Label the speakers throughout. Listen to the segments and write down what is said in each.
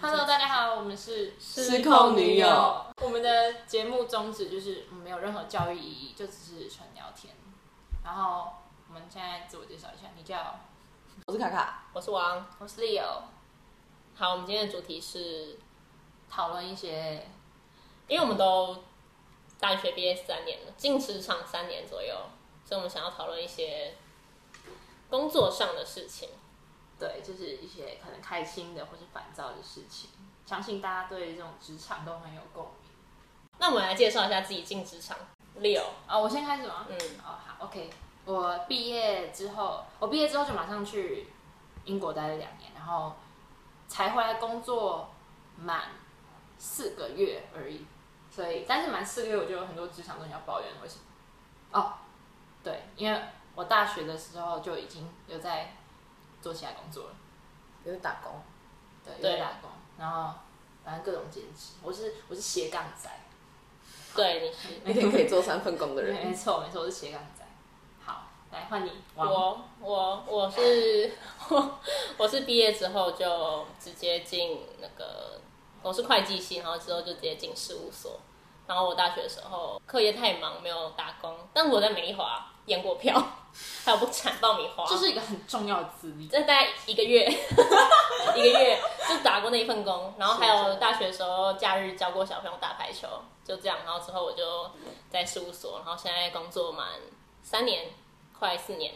Speaker 1: 到我们是
Speaker 2: 失控女友。
Speaker 1: 我们的节目宗旨就是嗯我们没有任何教育意义，就只是纯聊天。然后我们现在自我介绍一下，你叫
Speaker 2: 我是卡卡，
Speaker 3: 我是王。
Speaker 1: 我是 Leo，
Speaker 3: 好，我们今天的主题是，
Speaker 1: 讨论一些
Speaker 3: 因为我们都大学毕业三年了，进职场三年左右，所以我们想要讨论一些工作上的事情。
Speaker 1: 对，就是一些可能开心的或是烦躁的事情。相信大家对这种职场都很有共鸣。
Speaker 3: 那我们来介绍一下自己进职场。六，
Speaker 1: 啊、我先开始吗？
Speaker 3: 嗯，
Speaker 1: 哦，好，OK。我毕业之后，我毕业之后就马上去英国待了两年，然后才回来工作满四个月而已。所以，但是满四个月我就有很多职场东西要抱怨，为什么？哦，对，因为我大学的时候就已经有在做其他工作了。
Speaker 2: 有点打工，
Speaker 1: 对，有
Speaker 3: 对
Speaker 1: 打工，然后反正各种兼职，我是我是斜杠仔，
Speaker 3: 对，你是
Speaker 2: 一天可以做三份工的
Speaker 1: 没
Speaker 2: 人。
Speaker 1: 没错没错，我是斜杠仔。好，来换你，王
Speaker 3: 我我我是我我是毕业之后就直接进那个我是会计系，然后之后就直接进事务所。然后我大学的时候课业太忙，没有打工，但我在美丽华验过票，还有不产爆米花，
Speaker 1: 这是一个很重要的资历。
Speaker 3: 这大概一个月， 一个月就打过那一份工，然后还有大学的时候假日教过小朋友打排球，就这样。然后之后我就在事务所，然后现在工作满三年，快四年，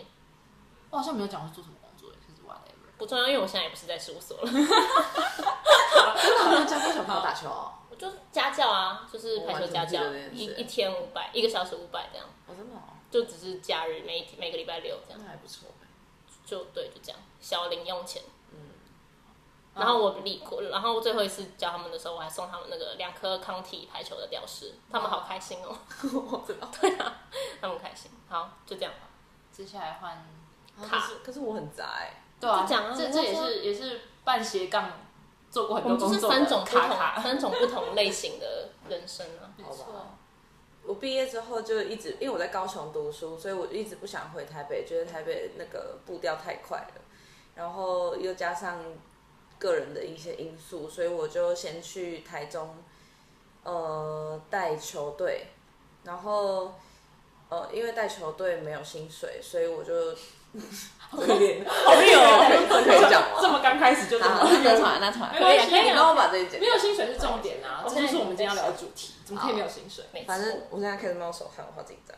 Speaker 1: 我好像没有讲我是做什么工作，就是 whatever。
Speaker 3: 不重要，因为我现在也不是在事务所了，
Speaker 2: 真的好啊像教过小朋友打球哦，
Speaker 3: 我就是家教啊，就是排球家教
Speaker 2: 我完全不记得
Speaker 3: 一
Speaker 2: 这，件事
Speaker 3: 一天五百，一个小时五百这样，
Speaker 2: 我真的哦，
Speaker 3: 就只是假日每一天每个礼拜六这样
Speaker 2: 那，还 不错欸。
Speaker 3: 就对，就这样，小零用钱。
Speaker 1: 然
Speaker 3: 然
Speaker 1: 后
Speaker 3: 后
Speaker 1: 我
Speaker 3: 我理过，然后最后一次教他们的时候，我还送他们那个两颗康体排球的吊饰，他们好开心哦。对啊，
Speaker 1: 嗯
Speaker 3: 他们开心。好，就这样吧。
Speaker 1: 接下来换，
Speaker 2: 啊可是可是我很宅欸，
Speaker 1: 对啊，
Speaker 3: 就讲啊
Speaker 1: 这
Speaker 3: 你
Speaker 1: 这
Speaker 3: 就
Speaker 1: 也
Speaker 3: 说
Speaker 1: 是也是半斜杠，做过很
Speaker 3: 我
Speaker 1: 多
Speaker 3: 们就
Speaker 1: 工
Speaker 3: 是
Speaker 1: 作
Speaker 3: 三
Speaker 1: 的
Speaker 3: 种不同
Speaker 1: 卡卡。
Speaker 3: 三种不同类型的人生 啊。
Speaker 1: 没
Speaker 2: 好吧
Speaker 1: 错，
Speaker 2: 我毕业之后就一直，因为我在高雄读书，所以我一直不想回台北，觉得台北那个步调太快了，然后又加上个人的一些因素，所以我就先去台中，呃，带球队，然后呃，因为带球队没有薪水，所以我就好可怜，
Speaker 1: 好有
Speaker 2: 啊 这可以讲吗
Speaker 1: 这么刚开始就这么
Speaker 2: 好，那团那团，
Speaker 1: 没关系
Speaker 2: 可以，你帮我把这一剪
Speaker 1: 没。有薪水是重点啊，
Speaker 3: 我
Speaker 1: 这就是
Speaker 3: 现在
Speaker 1: 我们今天要聊的主题，怎么可以没有薪水？
Speaker 3: 没错
Speaker 2: 反正我现在开始冒手汗，我好紧张。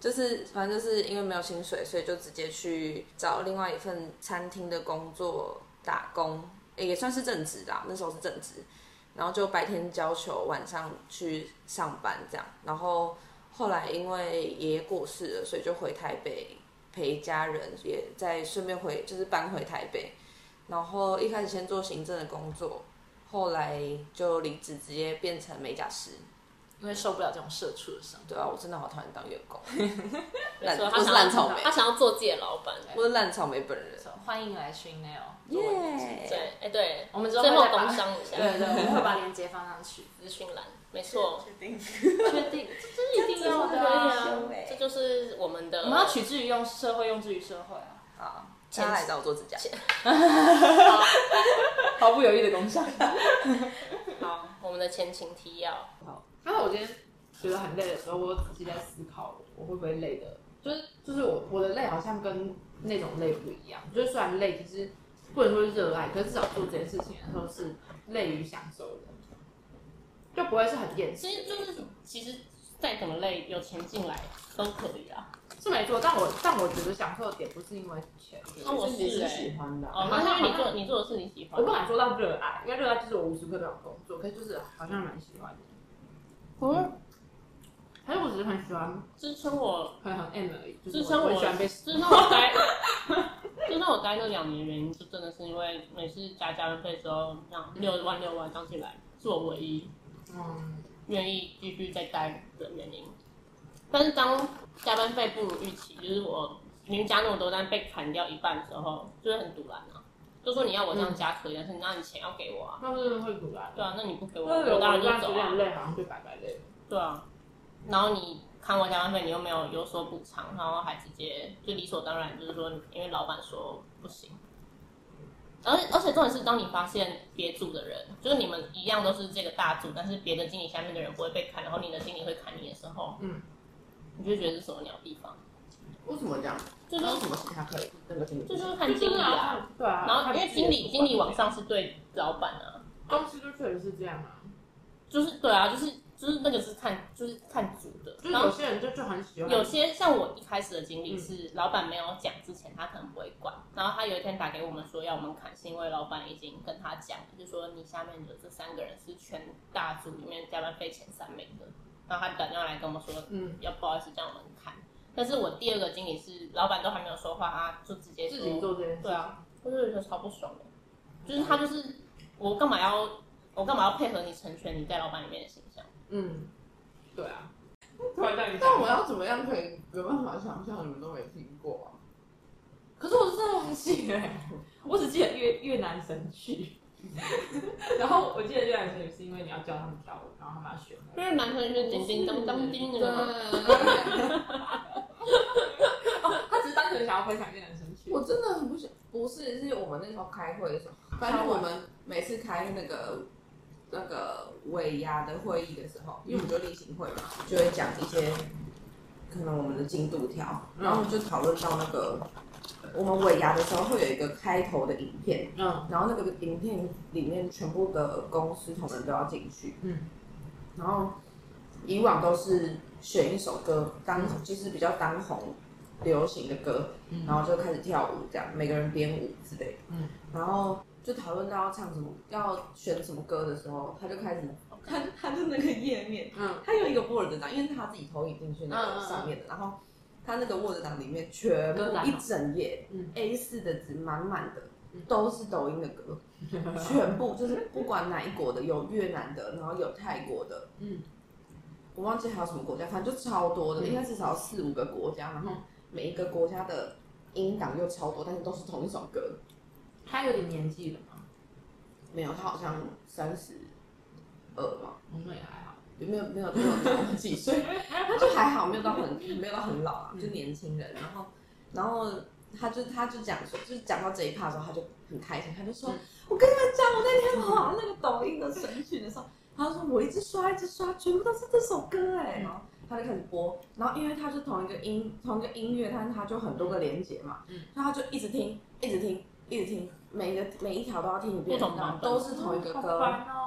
Speaker 2: 就是反正就是因为没有薪水，所以就直接去找另外一份餐厅的工作打工，诶也算是正职啦。那时候是正职，然后就白天教球，晚上去上班这样。然后后来因为爷爷过世了，所以就回台北陪家人，也在顺便回就是搬回台北。然后一开始先做行政的工作，后来就离职，直接变成美甲师。
Speaker 1: 因为受不了这种社畜的生活。
Speaker 2: 对啊，我真的好讨厌当员工，
Speaker 3: 没错，
Speaker 2: 烂
Speaker 3: 他
Speaker 2: 我是
Speaker 3: 想
Speaker 2: 烂
Speaker 3: 要
Speaker 2: 草莓
Speaker 3: 他想要做自己的老板。
Speaker 2: 我是烂草莓本人。
Speaker 1: 欢迎来 s h i n e l
Speaker 3: 对，
Speaker 2: 耶！
Speaker 3: 哎对，
Speaker 1: 我们之后
Speaker 3: 最后
Speaker 1: 会再把
Speaker 3: 工商一下
Speaker 1: 对对，我们会把链接放上去。
Speaker 3: 资讯栏，没错，
Speaker 1: 确定，这是一定要
Speaker 3: 对
Speaker 1: 的啊。
Speaker 3: 啊，这就是我们的
Speaker 1: 我们要取之于用社会，用之于社会啊，
Speaker 2: 好，大家来找我做指甲。
Speaker 1: 毫不犹豫的工伤。
Speaker 3: 好我们的前情提要。
Speaker 1: 但是我今天觉得很累的时候，我仔细在思考我会不会累的，就是就是我我的累好像跟那种累不一样，就是虽然累，就是不能说是热爱，可是至少做这件事情的时候是累于享受的，就不会是很厌世
Speaker 3: 其。实就是，其实再怎么累，有钱进来都可以啊。
Speaker 1: 是没错，但我但我觉得享受的点不是因为钱，
Speaker 3: 那我
Speaker 1: 自己
Speaker 3: 是
Speaker 1: 是
Speaker 3: 欸
Speaker 1: 喜欢的。
Speaker 3: 哦，
Speaker 1: 啊好
Speaker 3: 那
Speaker 1: 像
Speaker 3: 是因为你做你做的是你喜欢
Speaker 1: 我不
Speaker 3: 的。
Speaker 1: 敢说到热爱，因为热爱就是我无时无刻都有工作，可是就是好像蛮喜欢的。
Speaker 3: 嗯，
Speaker 1: 还是我只是很喜欢，
Speaker 3: 支撑我，
Speaker 1: 很很 M 而已，就
Speaker 3: 支
Speaker 1: 是
Speaker 3: 撑
Speaker 1: 我
Speaker 3: 我
Speaker 1: 很喜欢被
Speaker 3: 支撑 我待，支撑我待那两年的原因，就真的是因为每次加加班费之后，这样六万六万刚进来，是我唯一
Speaker 1: 嗯，
Speaker 3: 愿意继续再待的原因。但是当加班费不如预期，就是我明明加那么多，但被砍掉一半之后，就是很堵然啊。就说你要我这样加可以，但是那你钱要给我啊。
Speaker 1: 那是会阻拦
Speaker 3: 对啊，那你不给我，
Speaker 1: 那有
Speaker 3: 我当然
Speaker 1: 当
Speaker 3: 就
Speaker 1: 然
Speaker 3: 走
Speaker 1: 有
Speaker 3: 啊
Speaker 1: 点。累，好像就白白累了。
Speaker 3: 对啊，然后你看我加班费，你又没有有所补偿，然后还直接就理所当然，就是说，因为老板说不行。而而且重点是，当你发现别组的人，就是你们一样都是这个大组，但是别的经理下面的人不会被砍，然后你的经理会砍你的时候，
Speaker 2: 嗯，
Speaker 3: 你就觉得是什么鸟地方？
Speaker 2: 为什么这样？
Speaker 3: 就是
Speaker 4: 嗯
Speaker 2: 为什么是他可以？那个经理
Speaker 3: 这就是看经理啊。，
Speaker 4: 对啊。
Speaker 3: 然后因为经理经理往，上是对老板啊，
Speaker 4: 公司就确实是这样啊，
Speaker 3: 就是对啊，就是就是那个是看就是看组的，
Speaker 4: 就是
Speaker 3: 然
Speaker 4: 有
Speaker 3: 后。
Speaker 4: 些人就就很喜欢，
Speaker 3: 有些像我一开始的经历是，老板没有讲之前，他可能不会管。然后他有一天打给我们说要我们砍，是因为老板已经跟他讲，就说你下面的这三个人是全大组里面加班费前三名的。然后他打电话来跟我们说，
Speaker 4: 嗯，
Speaker 3: 要不好意思叫我们砍。但是我第二个经理是，老板都还没有说话，他就直接说
Speaker 4: 自己做这件事，
Speaker 3: 对啊，我就觉得超不爽的，就是他就是我干嘛要我干嘛要配合你成全你在老板里面的形象？
Speaker 4: 嗯，对啊，
Speaker 2: 突然让你
Speaker 4: 但
Speaker 2: 讲
Speaker 4: 我要怎么样可以有办法想象你们都没听过啊？
Speaker 1: 可是我是真的忘记了，欸我只记得越越南神曲。
Speaker 4: 然后我记得越南神曲是因为你要教他们跳舞，然后他们要学那个
Speaker 3: 因为男生就是叮叮当当叮的嘛。
Speaker 4: 他只是单纯想要分享越南神曲。
Speaker 2: 我真的很不想，不是，是我们那时候开会的时候，反正我们每次开那个那个尾牙的会议的时候，因为我们就例行会嘛，就会讲一些可能我们的进度条，
Speaker 4: 嗯
Speaker 2: 然后就讨论到那个我们尾牙的时候会有一个开头的影片，
Speaker 4: 嗯
Speaker 2: 然后那个影片里面全部的公司同仁都要进去，
Speaker 4: 嗯，
Speaker 2: 然后以往都是选一首歌当、就是比较当红流行的歌，
Speaker 4: 嗯
Speaker 2: 然后就开始跳舞这样，每个人编舞之类的，
Speaker 4: 嗯，
Speaker 2: 然后就讨论到要唱什么，要选什么歌的时候，他就开始他他的那个页面，
Speaker 4: 嗯
Speaker 2: 他有一个 Word 档，因为是他自己投影进去那
Speaker 4: 嗯嗯
Speaker 2: 个
Speaker 4: 嗯
Speaker 2: 上面的，然后他那个 Word 档里面全部
Speaker 1: 都是哪种
Speaker 2: 一整页
Speaker 4: 嗯
Speaker 2: A 4的纸满满的
Speaker 4: 嗯。
Speaker 2: 都是抖音的歌， 全部就是不管哪一国的，有越南的，然后有泰国的，
Speaker 4: 嗯
Speaker 2: 我忘记还有什么国家，反正就超多的，
Speaker 4: 嗯
Speaker 2: 应该至少四五个国家，然后每一个国家的音档又超多，但是都是同一首歌。
Speaker 4: 他有点年纪了嘛，
Speaker 2: 没有，他好像三十二嘛，
Speaker 4: 我们也还好。
Speaker 2: 有没有没有没有到几 岁，他就还好，没有到很没有到很老
Speaker 3: 嗯
Speaker 2: 啊，就年轻人。然后然后他就他就讲说，就是讲到这一趴的时候，他就很开心，他就
Speaker 3: 嗯
Speaker 2: 说：“我跟你们讲，我那天滑那个抖音的神曲的时候，他就说我一直刷一直刷，全部都是这首歌
Speaker 3: 嗯
Speaker 2: 哎。”然后他就开始播，然后因为他是同一个音同一个音乐，但是他就很多个连接嘛，
Speaker 4: 嗯
Speaker 2: 然后他就一直听一直听一直听，每一个每一条都要听一遍，
Speaker 3: 不同
Speaker 2: 然后
Speaker 3: 版本嗯
Speaker 2: 都是同一个歌。
Speaker 4: 好烦哦！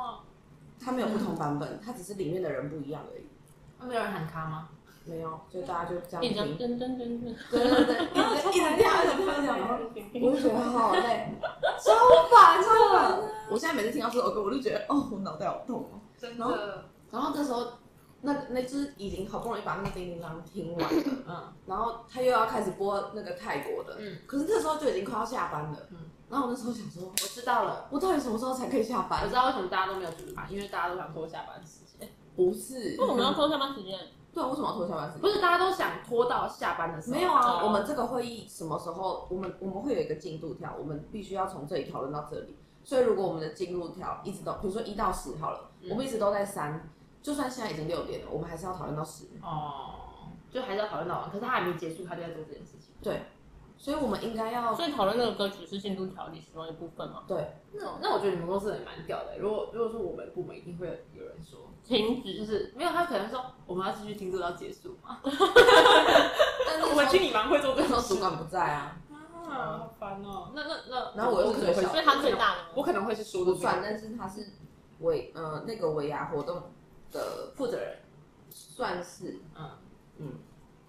Speaker 2: 它没有不同版本，它只是里面的人不一样而已。
Speaker 4: 那没有人喊卡吗？
Speaker 2: 没有，就大家就这样
Speaker 3: 一直
Speaker 2: 听。
Speaker 3: 噔噔噔噔，
Speaker 2: 对对对，一直一直这样，一直这样，然后我就觉得好累，超烦超烦。我现在每次听到这首歌，我就觉得哦，我脑袋好痛哦。
Speaker 4: 真
Speaker 2: 的，然后那时候，那那就是已经好不容易把那个叮叮当听完了，
Speaker 4: 嗯，
Speaker 2: 然后他又要开始播那个泰国的，
Speaker 4: 嗯，
Speaker 2: 可是那时候就已经快要下班了，
Speaker 4: 嗯，
Speaker 2: 然后我那时候想说，
Speaker 4: 我知道了，
Speaker 2: 我到底什么时候才可以下
Speaker 4: 我
Speaker 2: 班
Speaker 4: 知？道为什么大家都没有去爬，因为大家都想拖下班时间，
Speaker 2: 不是，
Speaker 3: 为什么要拖下班时间？
Speaker 2: 对，啊为什么要拖下班时间？
Speaker 4: 不是大家都想拖到下班的时候。
Speaker 2: 没有啊，
Speaker 3: 哦
Speaker 2: 我们这个会议什么时候？我们我们会有一个进度条，我们必须要从这里讨论到这里。所以如果我们的进度条一直都，比如说一到十好了，
Speaker 4: 嗯
Speaker 2: 我们一直都在三，就算现在已经六点了，我们还是要讨论到十。
Speaker 4: 哦，就还是要讨论到完，可是他还没结束，他就在做这件事情。
Speaker 2: 所以我们应该要
Speaker 3: 所以讨论那个歌曲是进度条里其中一部分吗？
Speaker 2: 对
Speaker 4: 那那我觉得你们公司也蛮屌的。如果如果说我们部门一定会有人说，
Speaker 3: 停
Speaker 4: 就
Speaker 3: 止，
Speaker 4: 是没有他可能说我们要继续听这到结束嘛。
Speaker 2: 但是
Speaker 4: 我们经理蛮会做这
Speaker 2: 那时
Speaker 4: 种
Speaker 2: 候
Speaker 4: 事
Speaker 2: 主管不在啊，
Speaker 4: 啊，好烦哦。那那那，
Speaker 2: 然后我又是
Speaker 4: 可能
Speaker 2: 最小的
Speaker 4: 会
Speaker 3: 所以他最大的
Speaker 4: 我
Speaker 3: 吗。
Speaker 4: 可能会是说
Speaker 2: 不
Speaker 4: 的
Speaker 2: 算，但是他是维呃那个维亚活动的
Speaker 4: 负责人。
Speaker 2: 算是
Speaker 4: 嗯，
Speaker 2: 嗯，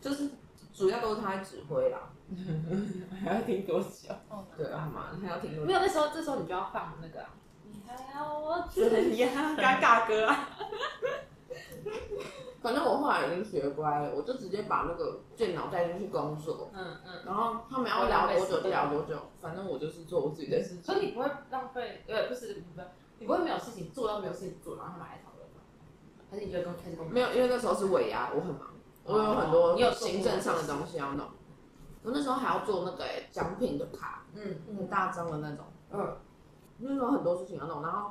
Speaker 2: 就是主要都是他在指挥啦。
Speaker 4: 还要听多久？
Speaker 3: 哦
Speaker 2: 对啊嘛，他要听多
Speaker 4: 没
Speaker 2: 久
Speaker 4: 有，那时候这时候你就要放那个啊
Speaker 1: 你还要我
Speaker 4: 怎 样？尴尬歌 啊！
Speaker 2: 反正我后来已经学乖了，我就直接把那个电脑带进去工作，
Speaker 4: 嗯嗯。
Speaker 2: 然后他们要聊多久就聊多久，反正我就是做我自己的事
Speaker 4: 所以
Speaker 2: 情。
Speaker 4: 你不会浪费，呃，不是，不是，你不会没有事情做到没有事情做，然后他们还讨论吗？还是你觉得跟开始工作？
Speaker 2: 没有，因为那时候是尾牙，我很忙，我有很多
Speaker 4: 哦你有做过
Speaker 2: 行政上的东西要弄。我那时候还要做那个欸奖、品的卡，
Speaker 4: 嗯
Speaker 2: 很大张的那种。
Speaker 4: 嗯
Speaker 2: 那时候很多事情要弄，然后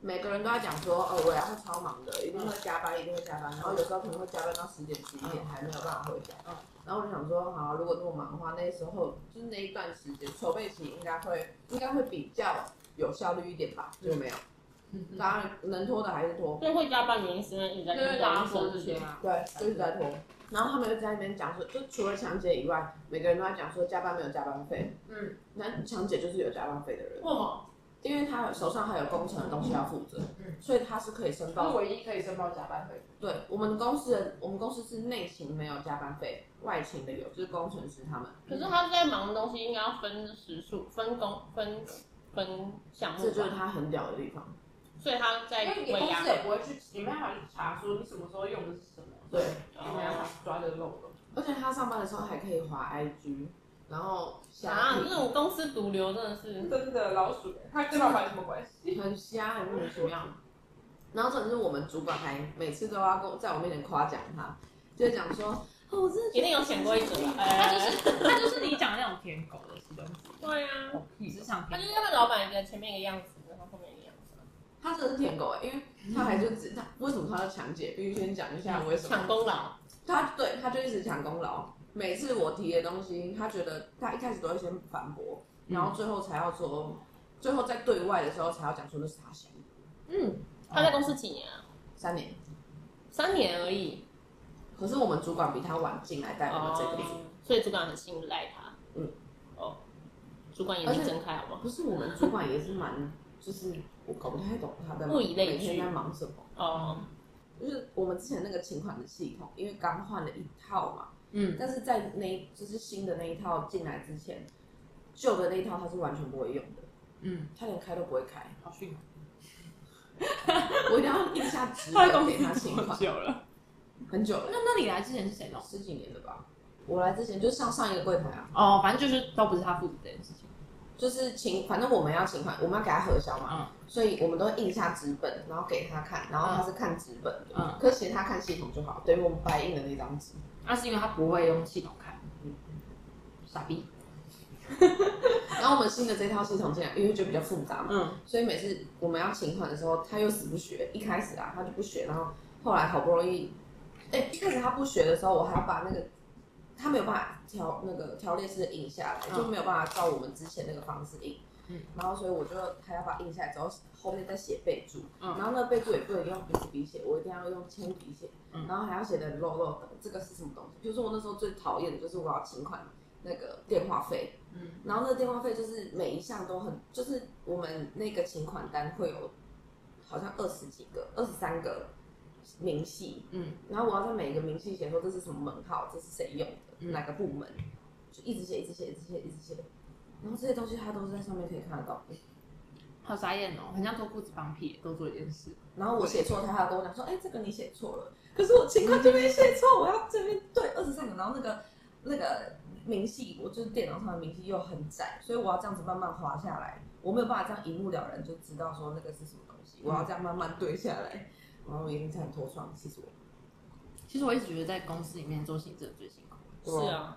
Speaker 2: 每个人都在讲说，哦，我要会超忙的，一定会加班，一定会加班，然后有时候可能会加班到十点、十一点还没有办法回家。
Speaker 5: 嗯
Speaker 2: 然后我就想说，好，如果那么忙的话，那时候就是那一段时间筹备期应该会应该会比较有效率一点吧，就没有。
Speaker 4: 嗯
Speaker 2: 当然能拖的还是拖，
Speaker 3: 所以会加班原因是因为一直在
Speaker 5: 就是大家说这些
Speaker 3: 啊。
Speaker 4: 嗯
Speaker 5: 啊，
Speaker 2: 对，就是在拖。然后他们又在那边讲说，就除了强姐以外，每个人都在讲说加班没有加班费。
Speaker 5: 嗯，
Speaker 2: 那强姐就是有加班费的人，
Speaker 5: 为什么？
Speaker 2: 因为她手上还有工程的东西要负责，
Speaker 5: 嗯
Speaker 2: 所以她是可以申
Speaker 5: 那
Speaker 2: 报。
Speaker 5: 唯一可以申报加班费，
Speaker 2: 对，我们公司的我们公司是内勤没有加班费，外勤的有，就是工程师他们。
Speaker 3: 可是他在忙的东西应该要分时数、分工、分分项目
Speaker 2: 这就是
Speaker 3: 吧，
Speaker 2: 他很屌的地方。
Speaker 3: 所以他在
Speaker 5: 因为你
Speaker 3: 尾
Speaker 5: 公
Speaker 3: 牙
Speaker 5: 司也不会去，你没办法去查说你什么时候用的是什么，
Speaker 2: 对，
Speaker 5: 你没办法抓着漏了。
Speaker 2: 而且他上班的时候还可以滑 IG，然后瞎
Speaker 3: 啊，这
Speaker 2: 屁
Speaker 3: 种公司毒瘤真的是
Speaker 5: 真的老鼠，它跟老板有什么关系？
Speaker 2: 很瞎，很莫名其妙。然后甚至我们主管还每次都要跟我在我面前夸奖他，就讲说，哦，我真的觉
Speaker 3: 一
Speaker 2: 得
Speaker 3: 定有潜规则吧？
Speaker 4: 他
Speaker 3: 哎，
Speaker 4: 就是他就是你讲的那种舔狗的东西，
Speaker 3: 对啊，
Speaker 4: 职场
Speaker 3: 他
Speaker 4: 舔
Speaker 3: 就是
Speaker 4: 狗。
Speaker 3: 那个老板的前面一个样子，然后后面一个样子，
Speaker 2: 他真的是舔狗哎、因为他还就只他为什么他要抢姐，必须先讲一下为什么
Speaker 3: 抢功劳。
Speaker 2: 他对他就一直抢功劳，每次我提的东西，他觉得他一开始都会先反驳，然
Speaker 3: 嗯
Speaker 2: 后最后才要说，最后在对外的时候才要讲说那是他想的。
Speaker 3: 嗯，他在公司几年啊？
Speaker 2: 三年，
Speaker 3: 三年而已。
Speaker 2: 可是我们主管比他晚进来带我们这个组，
Speaker 3: 哦所以主管很信赖他。
Speaker 2: 嗯，
Speaker 3: 哦，主管眼睛睁开好不好？
Speaker 2: 不是我们主管也是蛮，就是我搞不太懂他在
Speaker 3: 物以类
Speaker 2: 每天
Speaker 3: 聚
Speaker 2: 在忙什么。
Speaker 3: 哦，
Speaker 2: 就是我们之前那个请款的系统，因为刚换了一套嘛，
Speaker 4: 嗯，
Speaker 2: 但是在那一就是新的那一套进来之前，旧的那一套他是完全不会用的，
Speaker 4: 嗯，
Speaker 2: 他连开都不会开，
Speaker 4: 好训哦。
Speaker 2: 我一定要立下指
Speaker 4: 他在
Speaker 2: 标
Speaker 4: 公
Speaker 2: 给他
Speaker 4: 司
Speaker 2: 请
Speaker 4: 多
Speaker 2: 款，
Speaker 4: 久了？
Speaker 2: 很久
Speaker 4: 那
Speaker 2: 了，
Speaker 4: 那你来之前是谁弄？
Speaker 2: 十几年了吧。我来之前就上上一个柜台啊，
Speaker 4: 哦，反正就是都不是他负责这件事情。
Speaker 2: 就是请，反正我们要请款，我们要给他核销
Speaker 4: 嗯
Speaker 2: 嘛，所以我们都会印下纸本，然后给他看，然后他是看纸本的，
Speaker 4: 嗯
Speaker 2: 可是其实他看系统就好，等于我们白印的那张纸。
Speaker 4: 那啊是因为他不会用系统看，嗯傻逼。
Speaker 2: 然后我们新的这套系统进来，因为就比较复杂嘛，
Speaker 4: 嗯，
Speaker 2: 所以每次我们要请款的时候，他又死不学。一开始啊，他就不学，然后后来好不容易，哎、一开始他不学的时候，我还要把那个他没有办法调那个条列式的印下来，
Speaker 4: 嗯
Speaker 2: 就没有办法照我们之前那个方式印。
Speaker 4: 嗯
Speaker 2: 然后所以我就还要把它印下来之后，后面再写备注。
Speaker 4: 嗯
Speaker 2: 然后那个备注也不能用笔笔写，我一定要用铅笔写。
Speaker 4: 嗯
Speaker 2: 然后还要写的肉肉的，这个是什么东西？比如说我那时候最讨厌的就是我要请款那个电话费，然后那个电话费就是每一项都很，就是我们那个请款单会有好像二十几个、二十三个明细，
Speaker 4: 嗯，
Speaker 2: 然后我要在每一个明细写说这是什么门号，这是谁用的，
Speaker 4: 嗯
Speaker 2: 哪个部门，就一直写、一直写、一直写、一直写，然后这些东西它都是在上面可以看得到的。
Speaker 4: 好傻眼哦，很像脱裤子放屁，多做一件事。
Speaker 2: 然后我写错，他还要跟我讲说，哎、这个你写错了，可是我情况这边写错，我要这边对二十三个，然后那个那个明细，我就是电脑上的明细又很窄，所以我要这样子慢慢滑下来，我没有办法这样一目了然就知道说那个是什么东西，我要这样慢慢对下来，然后我已经差点脱窗，气死我。
Speaker 4: 其实我一直觉得在公司里面做行政最辛苦。
Speaker 3: 是啊，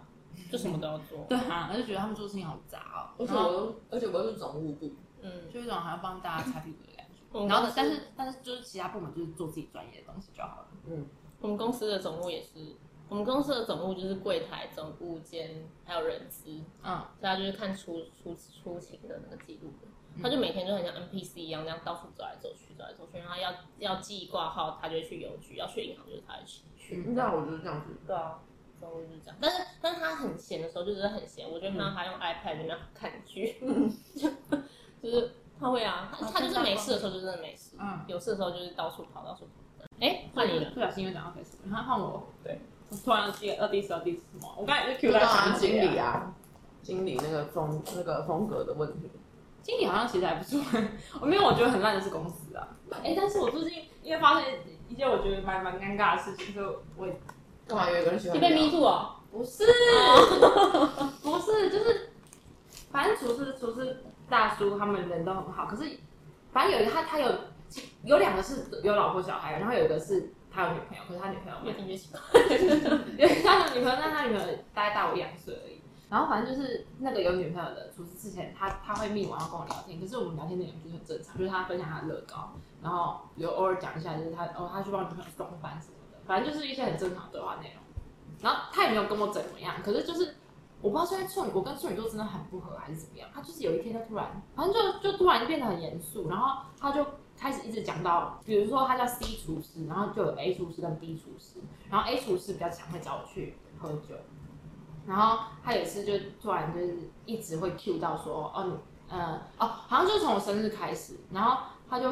Speaker 3: 就什么都要做。
Speaker 4: 嗯对啊，我就觉得他们做事情好杂哦，
Speaker 2: 而且
Speaker 4: 然后
Speaker 2: 我，而且我又是总务部，
Speaker 3: 嗯，
Speaker 4: 就有一种好像帮大家擦屁股的感觉。
Speaker 3: 嗯
Speaker 4: 然后呢，但是但是就是其他部门就是做自己专业的东西就好了。
Speaker 3: 我们公司的总务也是，我们公司的总务就是柜台、总务兼还有人资，
Speaker 4: 嗯，
Speaker 3: 所以他就是看出出出勤的那个记录的。
Speaker 4: 嗯
Speaker 3: 他就每天就很像 NPC 一样，这样到处走来走去，走来走去。然后要要寄挂号，他就会去邮局；要去银行，就是他会去。
Speaker 4: 嗯
Speaker 2: 你知道我就是这样子，
Speaker 3: 对啊，所以我就是这样。但是，但是他很闲的时候，就真的很闲。我就看到他用
Speaker 4: 嗯
Speaker 3: iPad 在那看 剧，就是他会啊，
Speaker 4: 哦
Speaker 3: 他他就是没事的时候就真的没事，
Speaker 4: 嗯
Speaker 3: 有事的时候就是到处跑，到处跑。哎，换你了。
Speaker 4: 不小心啊又讲到 Facebook，然后换我。
Speaker 3: 对，
Speaker 4: 我突然第二第四要第四什么？我刚才也是 Q
Speaker 2: 就
Speaker 4: 到
Speaker 2: 当然
Speaker 4: 强
Speaker 2: 经
Speaker 4: 姐
Speaker 2: 理，啊，经理那个风那个风格的问题，
Speaker 4: 经理好像其实还不错。我没有，我觉得很烂的是公司啊。哎，但是我最近因为发生一件我觉得蛮蛮尴尬的事情，所以我
Speaker 2: 干嘛有一个人喜欢
Speaker 3: 你被
Speaker 2: 你啊
Speaker 3: Me Too 哦？
Speaker 4: 不是，不是，就是，反正厨师厨师大叔他们人都很好，可是反正有一个他他有有两个是有老婆小孩，然后有一个是他有女朋友，可是他女朋友
Speaker 3: 越
Speaker 4: 没
Speaker 3: 听越奇怪。
Speaker 4: 有，他有女朋友，但他女朋友大概大我两岁而已。然后反正就是那个有女朋友的厨师之前，他他会密我，然后跟我聊天，可是我们聊天内容就是很正常，就是他分享他的乐高，然后有偶尔讲一下，就是他哦他去帮女朋友送饭什么的，反正就是一些很正常的对话内容。然后他也没有跟我怎么样，可是就是我不知道是因为处女，我跟处女座真的很不合还是怎么样，他就是有一天就突然，反正就就突然变得很严肃，然后他就开始一直讲到，比如说他叫 C 厨师，然后就有 A 厨师跟 B 厨师，然后 A 厨师比较常会找我去喝酒，然后他也是就突然就是一直会 cue 到说，哦你，呃，哦，好像就是从我生日开始，然后他就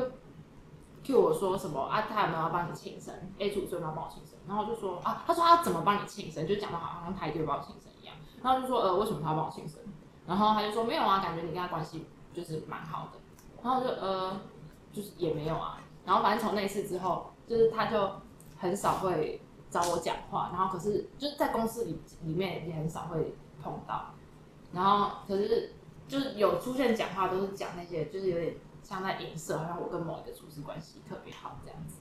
Speaker 4: cue 我说什么啊，他有没有要帮你庆生？A 组有没有帮我庆生？然后我就说啊，他说他要怎么帮你庆生，就讲的好像台队帮我庆生一样。然后我就说呃，为什么他要帮我庆生？然后他就说没有啊，感觉你跟他关系就是蛮好的。然后我就呃，就是也没有啊。然后反正从那一次之后，就是他就很少会找我讲话，然后可是就是在公司里里面也很少会碰到。然后可是就是有出现讲话都是讲那些就是有点像在影射，好像我跟某一个厨师关系特别好这样子。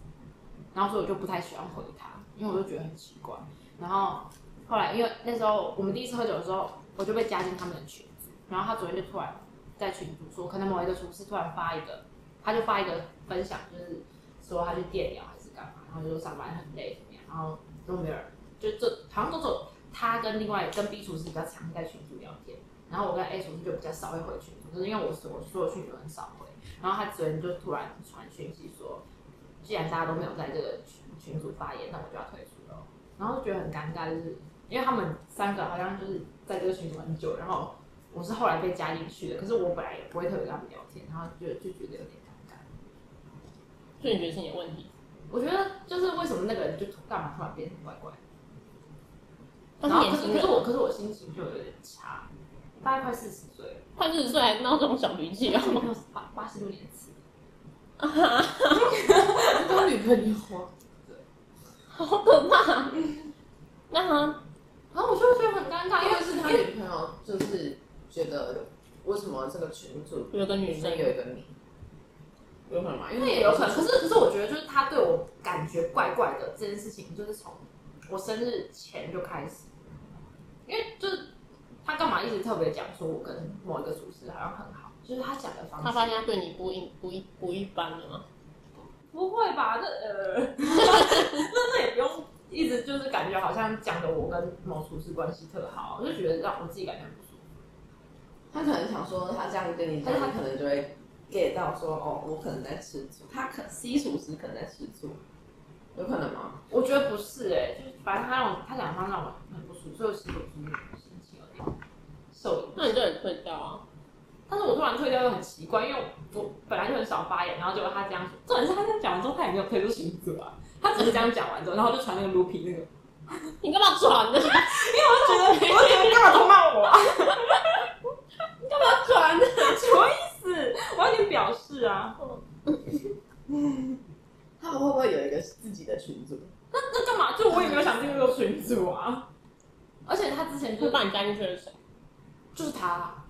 Speaker 4: 然后所以我就不太喜欢回他，因为我就觉得很奇怪。然后后来因为那时候我们第一次喝酒的时候，我就被加进他们的群组，然后他昨天就突然在群组说，可能某一个厨师突然发一个，他就发一个分享，就是说他去电疗还是干嘛，然后就说上班很累怎么样，然后都没有人，就这好像都只有他跟另外跟 B 厨师比较常在群组聊天。然后我跟 A 同事就比较少会回群组，就是因为我所所有群组很少回。然后他昨天就突然传讯息说，既然大家都没有在这个群群组发言，那我就要退出了。然后就觉得很尴尬，就是因为他们三个好像就是在这个群组很久，然后我是后来被加进去的，可是我本来也不会特别跟他们聊天，然后就就觉得有点尴尬。
Speaker 3: 所以你觉得是你的问题？
Speaker 4: 我觉得就是为什么那个人就突干嘛突然变成怪怪的。
Speaker 3: 但
Speaker 4: 然
Speaker 3: 是
Speaker 4: 后可
Speaker 3: 年
Speaker 4: 是
Speaker 3: 轻
Speaker 4: 可是
Speaker 3: 人，
Speaker 4: 我可是我心情就有点差，大概快四十岁了。
Speaker 3: 快四十岁还闹这种小脾气 哦。
Speaker 4: 我有八八十六年次，
Speaker 5: 当女朋友啊，
Speaker 3: 好可怕。那他
Speaker 4: 然后我就觉得很尴
Speaker 2: 啊
Speaker 4: 尬，因
Speaker 5: 因
Speaker 4: 为
Speaker 5: 为是他女朋友，就是觉得为什么这个群主
Speaker 3: 有个女
Speaker 5: 女
Speaker 3: 生
Speaker 5: 生有一个你，有可能吗？因
Speaker 4: 那
Speaker 5: 为
Speaker 4: 也有可能，可是可是我觉得就是他对我感觉怪怪的这件事情，就是从我生日前就开始，因为就是他干嘛一直特别讲说我跟某一个厨师好像很好，就是他讲的方式，
Speaker 3: 他发现他对你不一不一不一般了吗？
Speaker 4: 不会吧？这呃， 那也不用一直就是感觉好像讲的我跟某厨师关系特好，我就觉得让我自己感觉很不舒服。
Speaker 2: 他可能想说，他这样跟你讲，他可能就会 get 到说，哦，我可能在吃醋，他可 C 厨师可能在吃醋，有可能吗？
Speaker 4: 我觉得不是哎、就是反正他让我他讲的话让我很不舒服，所以我其实我就是心情有点受影响。
Speaker 3: 那你就得退掉啊。
Speaker 4: 但是我突然退掉又很奇怪，因为我本来就很少发言，然后结果他这样说，重点是他这样讲完之后，他也没有退出群组啊，他只是这样讲完之后，然后就传那个卢皮那 个，
Speaker 3: 你干嘛转 呢？
Speaker 4: 我就觉得你干嘛偷骂我啊？
Speaker 3: 转
Speaker 4: 什么意思？我要你表示啊，
Speaker 2: 他们会不会有一个自己的群组？
Speaker 4: 那干嘛？就我也没有想进入这个群组啊，而且他之前就
Speaker 3: 就把你加进去的谁？
Speaker 4: 就是他啊，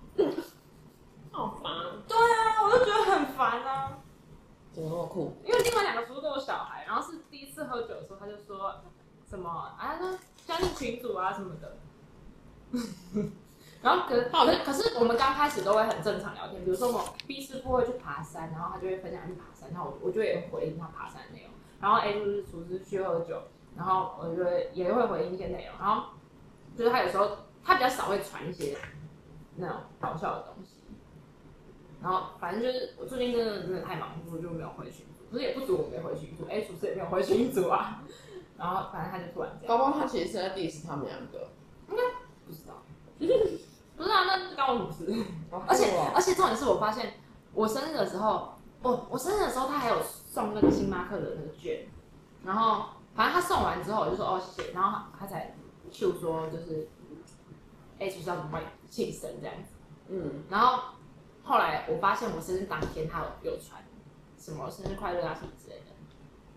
Speaker 3: 好烦。
Speaker 4: 对啊，我就觉得很烦啊。
Speaker 2: 怎么那么酷？
Speaker 4: 因为另外两个叔都有小孩，然后是第一次喝酒的时候，他就说什么啊，那加进群组啊什么的。然后可是可是可是我们刚开始都会很正常聊天，比如说我们 B 师傅会去爬山，然后他就会分享去爬山，然后我我就也会回应他爬山的内容。然后 A 就是厨师去喝酒，然后我就会也会回应一些内容。然后就是他有时候他比较少会传一些那种搞笑的东西。然后反正就是我最近真的真的太忙，我就没有回群组，可是也不足我没回群组，哎，厨师也没有回群组啊。 然后反正他就突然这样，
Speaker 2: 搞不好他其实是在 diss 他们两个，
Speaker 4: 不知道， 不是啊，那关我什么事？而
Speaker 2: 而
Speaker 4: 且而且重点是我发现我生日的时候，哦我我生日的时候他还有送那个星巴克的那个券，然后反正他送完之后我就说哦谢谢，然后他才 Q 说就是，哎，厨师要怎么帮你庆生这样子。
Speaker 2: 嗯，
Speaker 4: 然后后来我发现我生日当天他有有传什么生日快乐啊什么之类的，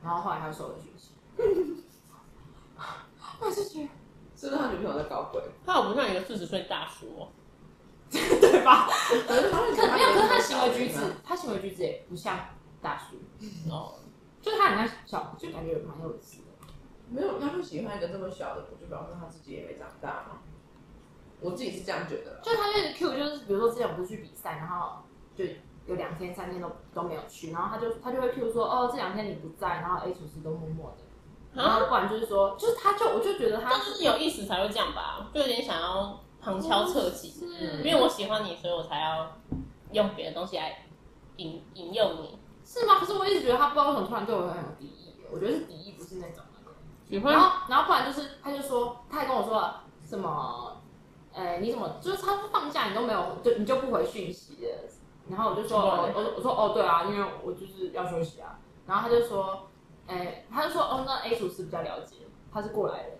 Speaker 4: 然后后来他又收了讯息， 我就觉得
Speaker 2: 是不是他女朋友在搞鬼？
Speaker 3: 他好不像一个四十岁大叔哦。
Speaker 4: 对吧？
Speaker 2: 可是他
Speaker 4: 可没有，可啊是他行为举止，他行为举止也不像大叔，
Speaker 3: 哦，
Speaker 4: 就是他很像小，就感觉蛮幼稚的。
Speaker 2: 没有，他会喜欢一个这么小的，不就表示他自己也没长大吗？我自己是这样觉得啦。
Speaker 4: 就他就是 Q，就是比如说之前我不是去比赛，然后就有两天三天都都没有去，然后他就他就会 Q 说哦这两天你不在，然后 A 厨师都默默的，然
Speaker 3: 啊，
Speaker 4: 后不然就是说就是他就我就觉得他
Speaker 3: 但是有意思才会这样吧，就有点想要旁敲侧击，
Speaker 4: 是
Speaker 3: 因为我喜欢你，所以我才要用别的东西来引引诱你。
Speaker 4: 是吗？可是我一直觉得他不知道为什么突然对我很有敌意，我觉得是敌意不是那种的。
Speaker 3: 喜
Speaker 4: 然后然后不然就是他就说他还跟我说什么，呃你怎么就是他放假你都没有就你就不回讯息了，然后我就说
Speaker 3: 怎么
Speaker 4: 我
Speaker 3: 了
Speaker 4: 我我说哦对啊，因为我就是要休息啊，然后他就说，哎、他就说哦那 A 厨师比较了解，他是过来人。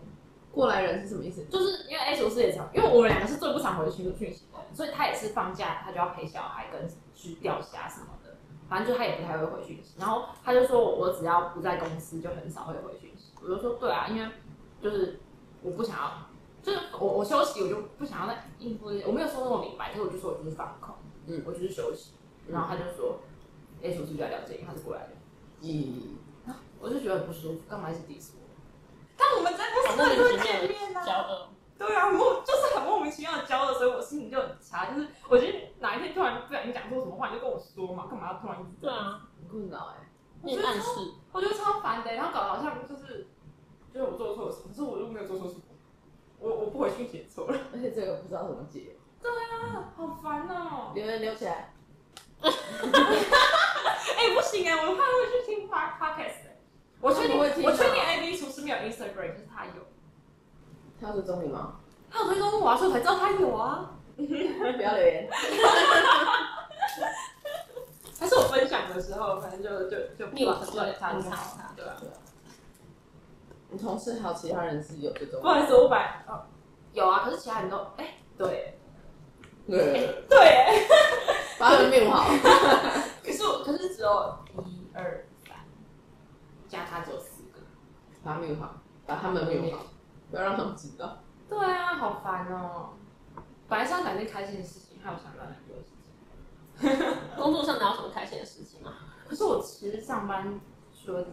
Speaker 2: 过来人是什么意思？
Speaker 4: 就是因为 A 厨师也常，因为我们两个是最不常回群讯息的，所以他也是放假，他就要陪小孩跟去钓虾什么的，反正就他也不太会回讯息。然后他就说我我只要不在公司，就很少会回讯息。我就说对啊，因为就是我不想要，就是我我休息，我就不想要再应付这些，我没有说那么明白，所以我就说我就是放空，
Speaker 2: 嗯
Speaker 4: 我就是休息。然后他就说 A 厨师比较了解，因为他是过来的，
Speaker 2: 咦，
Speaker 4: 我就觉得很不舒服，干嘛一直 diss 我？
Speaker 2: 但我们真的
Speaker 3: 好莫名其妙的交恶，
Speaker 4: 对啊，莫就是很莫名其妙的交恶，所以我心情就很差。就是我觉得哪一天突然不小心讲错什么话，你就跟我说嘛，干嘛要突然一直这
Speaker 3: 对
Speaker 4: 样？
Speaker 3: 啊，
Speaker 2: 很困扰哎。
Speaker 3: 你
Speaker 4: 嗯
Speaker 3: 暗示
Speaker 4: 我觉得超烦的、欸然后搞得好像就是就是我做错了什么，可是我又没有做错什么，我我不回去写错了，啊
Speaker 2: 而且这个不知道怎么解，
Speaker 4: 好烦哦、
Speaker 2: 留言留起来。
Speaker 4: 哎、不行哎、我怕会去听 pod podcast 哎我确定，
Speaker 2: 他不会听的
Speaker 4: 我确定 A B 厨师没有 Instagram，可是他有。
Speaker 2: 他要追踪你吗？
Speaker 4: 他有追踪我啊，所以我才知道他有啊。
Speaker 2: 不要留言。
Speaker 4: 还是我分享的时候，反正就就就
Speaker 3: 你有
Speaker 4: 不管他
Speaker 3: 你有
Speaker 4: 他，对啊。
Speaker 2: 你同事还有其他人是有追踪
Speaker 4: 不？好意思，我本来、哦、有啊，可是其他人都哎、对
Speaker 2: 对，
Speaker 4: 对耶，
Speaker 2: 把他们命好。
Speaker 4: 可是我可是只有一二三，加他只有四个。
Speaker 2: 把他们好，把他们命好，不要让他们知道。
Speaker 4: 对啊，好烦哦、本来是要讲一件开心的事情，还有想到很多事情。
Speaker 3: 工作上哪有什么开心的事情啊？
Speaker 4: 可是我其实上班除了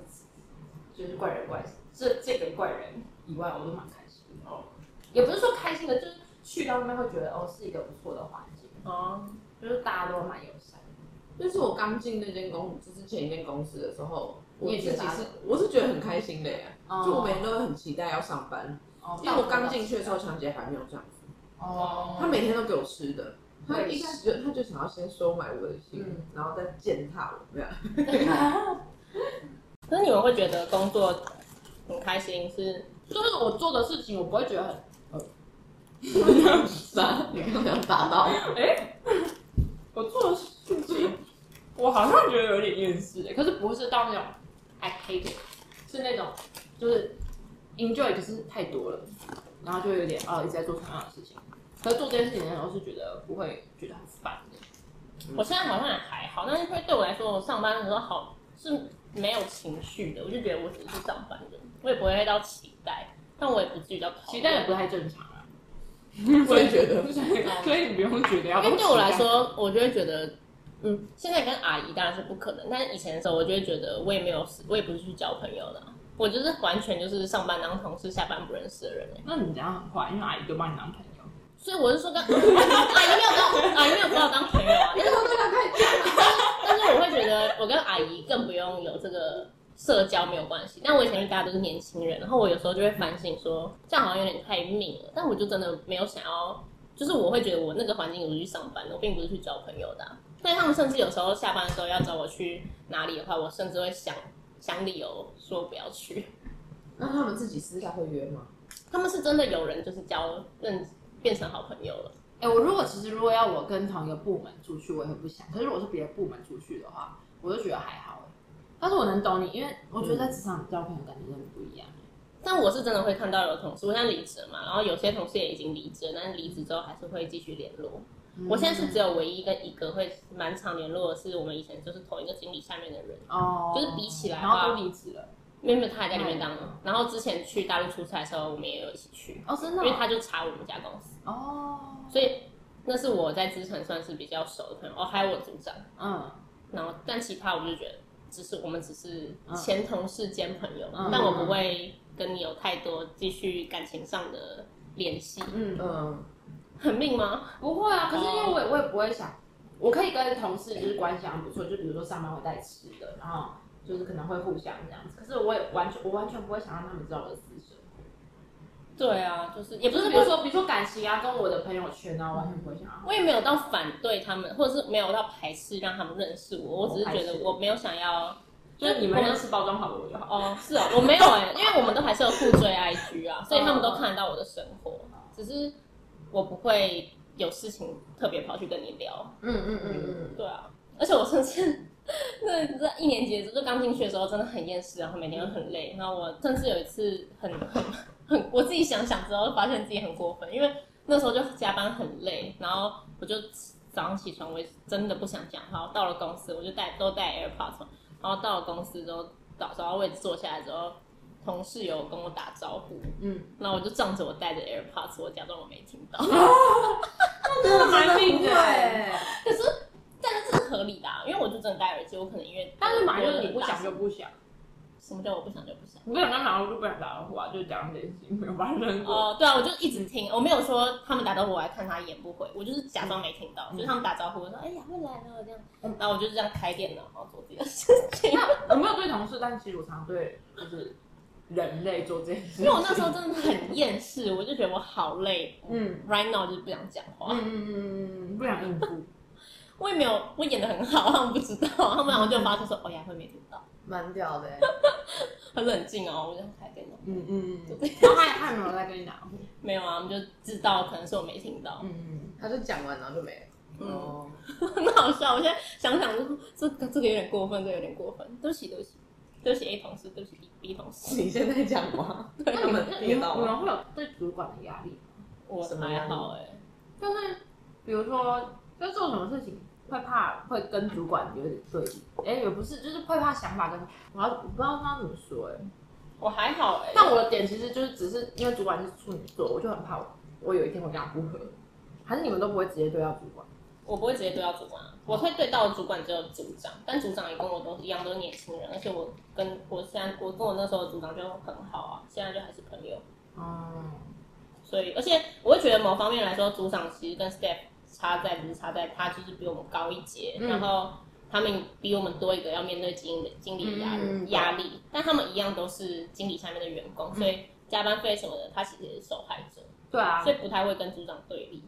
Speaker 4: 就是怪人怪事这这个怪人以外，我都蛮开心的。哦，也不是说开心的，就是去到那边会觉得哦是一个不错的环境，
Speaker 3: 哦，
Speaker 4: 就是大家都蛮友善的。
Speaker 2: 但是我刚进那间公，就是前一间公司的时候，我
Speaker 4: 你也
Speaker 2: 自
Speaker 4: 觉
Speaker 2: 己
Speaker 4: 得
Speaker 2: 是我是觉得很开心的耶，
Speaker 4: 哦
Speaker 2: 就我每天都会很期待要上班，
Speaker 4: 哦
Speaker 2: 因为我刚进去的时候，强姐还没有这样子，
Speaker 4: 哦，
Speaker 2: 她每天都给我吃的。她
Speaker 4: 对
Speaker 2: 一开始就她就想要先收买我的心，
Speaker 4: 嗯
Speaker 2: 然后再践踏我，这样。哦
Speaker 3: 可是你们会觉得工作很开心是？
Speaker 4: 就是我做的事情，我不会觉得很
Speaker 2: 啥？ 你刚刚打到我？
Speaker 4: 哎我做的事情，我好像觉得有点厌世，欸可是不是到那种 I hate it，是那种就是 enjoy，可是太多了，然后就有点哦一直在做同样的事情。可是做这件事情的时候是觉得不会觉得很烦的，
Speaker 3: 我现在好像也还好，但是会对我来说，我上班的时候好是没有情绪的，我就觉得我只是上班人，我也不会到期待，但我也不至于到讨厌
Speaker 4: 期待也不太正常 啊。
Speaker 2: 我也觉 得，
Speaker 4: 所以 所以你不用觉得要
Speaker 3: 因为对我来，说，我就会觉得，嗯，现在跟阿姨当然是不可能，但是以前的时候，我就会觉得我也没有，我也不是去交朋友的啊、我就是完全就是上班当同事，下班不认识的人欸、
Speaker 4: 那你这样很坏，因为阿姨就把你当朋友。
Speaker 3: 所以我是说跟 阿姨没有跟阿姨没有把我当朋友啊，但是 但是我会觉得我跟阿姨更不用有这个社交没有关系。但我以前就大家都是年轻人，然后我有时候就会反省说，这样好像有点太命了。但我就真的没有想要，就是我会觉得我那个环境我是去上班的，我并不是去交朋友的啊、所以他们甚至有时候下班的时候要找我去哪里的话，我甚至会想想理由说不要去。
Speaker 2: 那他们自己私下会约吗？
Speaker 3: 他们是真的有人就是交认变成好朋友了。
Speaker 4: 哎、我如果其实如果要我跟同一个部门出去，我也会不想。可是如果是别的部门出去的话，我就觉得还好、欸。但是我能懂你，因为我觉得在职场交朋友感觉真的不一样。
Speaker 3: 但我是真的会看到有同事，我现在离职了嘛，然后有些同事也已经离职了，但是离职之后还是会继续联络。
Speaker 4: 嗯
Speaker 3: 我现在是只有唯一跟一个会蛮常联络的是我们以前就是同一个经理下面的人，
Speaker 4: 哦，
Speaker 3: 就是比起来的
Speaker 4: 然后
Speaker 3: 话
Speaker 4: 都，离职了。
Speaker 3: 没有没有他还在里面当，然后之前去大陆出差的时候我们也有一起去，
Speaker 4: 哦，真
Speaker 3: 因
Speaker 4: 的
Speaker 3: 为
Speaker 4: 哦
Speaker 3: 他就查我们家公司，
Speaker 4: 哦，
Speaker 3: 所以那是我在之前算是比较熟的朋友哦，还有我组长，
Speaker 4: 嗯，
Speaker 3: 然后但其他我就觉得只是我们只是前同事兼朋友，
Speaker 4: 嗯
Speaker 3: 但我不会跟你有太多继续感情上的联系，
Speaker 4: 嗯
Speaker 2: 嗯，
Speaker 3: 很命吗？
Speaker 1: 不会啊，可是因为
Speaker 4: 哦
Speaker 1: 我也我也不会想，我可以跟同事就是关系还不错，就比如说上班会带吃的，然后就是可能会互相这样子。可是我也完全我完全不会想让他们知道我的私生活，
Speaker 3: 对啊，就是也不
Speaker 1: 就是是比如
Speaker 3: 说。
Speaker 1: 说比如说感情啊，跟我的朋友圈啊，我完全不会想要。
Speaker 4: 嗯
Speaker 3: 我也没有到反对他们，或者是没有到排斥让他们认识我，我只是觉
Speaker 1: 哦排
Speaker 3: 得
Speaker 1: 斥
Speaker 3: 我没有想要
Speaker 1: 就是你们认识包装好我就好。
Speaker 3: 哦，是啊，我没有哎、 因为我们都还是有互追 IG 啊，所
Speaker 1: 哦
Speaker 3: 以他们都看得到我的生活，只是我不会有事情特别跑去跟你聊，
Speaker 1: 嗯嗯嗯嗯，
Speaker 3: 对啊，而且我甚至那在一年级的时候就刚进去的时候真的很厌世，然后每天都很累，然后我甚至有一次很很很，我自己想想之后发现自己很过分，因为那时候就加班很累，然后我就早上起床我也真的不想讲话，我到了公司我就带都带 AirPods 嘛，然后到了公司之后找找到位置坐下来之后。同事有跟我打招呼，嗯，然后我就仗着我带着 AirPods，我假装我没听到，
Speaker 4: 真的
Speaker 1: 蛮
Speaker 4: 不
Speaker 1: 命的欸
Speaker 4: 会。
Speaker 3: 但是这是合理的、啊，因为我就真的戴耳机，我可能因为
Speaker 1: 但是马就是你不
Speaker 3: 我
Speaker 1: 想就不想，
Speaker 3: 什么叫我不想就不想？
Speaker 1: 你不想跟马我就不想打招呼啊，就讲这件事情没有发生过。
Speaker 3: 哦、对啊，我就一直听，我没有说他们打招呼，我还看他演不回，我就是假装没听到，就是他们打招呼，我说哎呀会来了这样，然后我就这样开电脑，然后做自己的事情。
Speaker 1: 我没有对同事，但其实我常对就是人类做这件事
Speaker 3: 因为我那时候真的很厌世，我就觉得我好累哦
Speaker 1: 嗯
Speaker 3: ，right now 就是不想讲话。
Speaker 1: 嗯嗯嗯嗯，不想应付，
Speaker 3: 我也没有，我演的很好，他们不知道，他们然后就发现说，哦呀会没听到，
Speaker 2: 蛮屌的欸，
Speaker 3: 很冷静哦，我就开电脑。
Speaker 1: 嗯嗯嗯，然后他也他也没有在跟你打呼，
Speaker 3: 没有啊，我们就知道可能是我没听到，
Speaker 1: 嗯
Speaker 2: 他就讲完然后就没了。
Speaker 3: 嗯，
Speaker 2: 哦，
Speaker 3: 很好笑。我现在想想，这个这个有点过分，这个有点过分，对不起，对不起，对不起 A 同事，对不起 B B 同事。
Speaker 2: 你现在讲吗？
Speaker 1: 嗯，那你们
Speaker 2: 他们
Speaker 1: 你
Speaker 2: 听
Speaker 1: 们
Speaker 2: 到
Speaker 1: 你
Speaker 2: 吗
Speaker 1: 们会有对主管的压力吗？
Speaker 3: 我
Speaker 2: 什么
Speaker 3: 还
Speaker 2: 样子
Speaker 3: 好哎、
Speaker 1: 就是比如说要做什么事情。会怕会跟主管有点对立，哎、也不是，就是会怕想法跟，我要我不知道他怎么说、哎，
Speaker 3: 我还好哎、
Speaker 1: 但我的点其实就是只是因为主管是处女座，我就很怕我我有一天会跟他不合，还是你们都不会直接对到主管？
Speaker 3: 我不会直接对到主管啊，我会对到主管只有组长，但组长也跟我都一样，都是年轻人，而且我跟我现在我跟我那时候的组长就很好啊，现在就还是朋友，
Speaker 1: 哦、
Speaker 3: 所以而且我会觉得某方面来说，组长其实跟 staff 差在只是差在他就是比我们高一截，
Speaker 1: 嗯
Speaker 3: 然后他们比我们多一个要面对经理经理压
Speaker 1: 嗯嗯
Speaker 3: 压力，但他们一样都是经理下面的员工，所以加班费什么的，他其实也是受害者。
Speaker 1: 对啊
Speaker 3: 所，以不太会跟组长对立。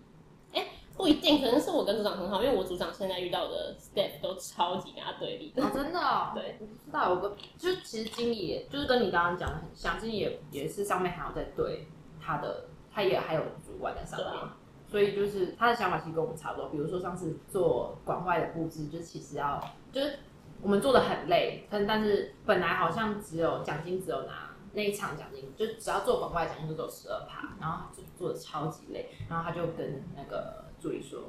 Speaker 3: 哎、不一定，可能是我跟组长很好，因为我组长现在遇到的 staff 都超级跟他对立的。
Speaker 1: 哦，真的、哦，
Speaker 3: 对，
Speaker 1: 我不知道，我跟就是其实经理也就是跟你刚刚讲的很像，经理也也是上面还有在对他的，他也还有主管在上面，
Speaker 3: 对啊
Speaker 1: 所以就是他的想法其实跟我们差不多。比如说上次做管外的布置，就是其实要就是我们做的很累，但但是本来好像只有奖金只有拿。那一场奖金就只要做管外奖金就只有十二趴，然后他就做的超级累，然后他就跟那个助理说，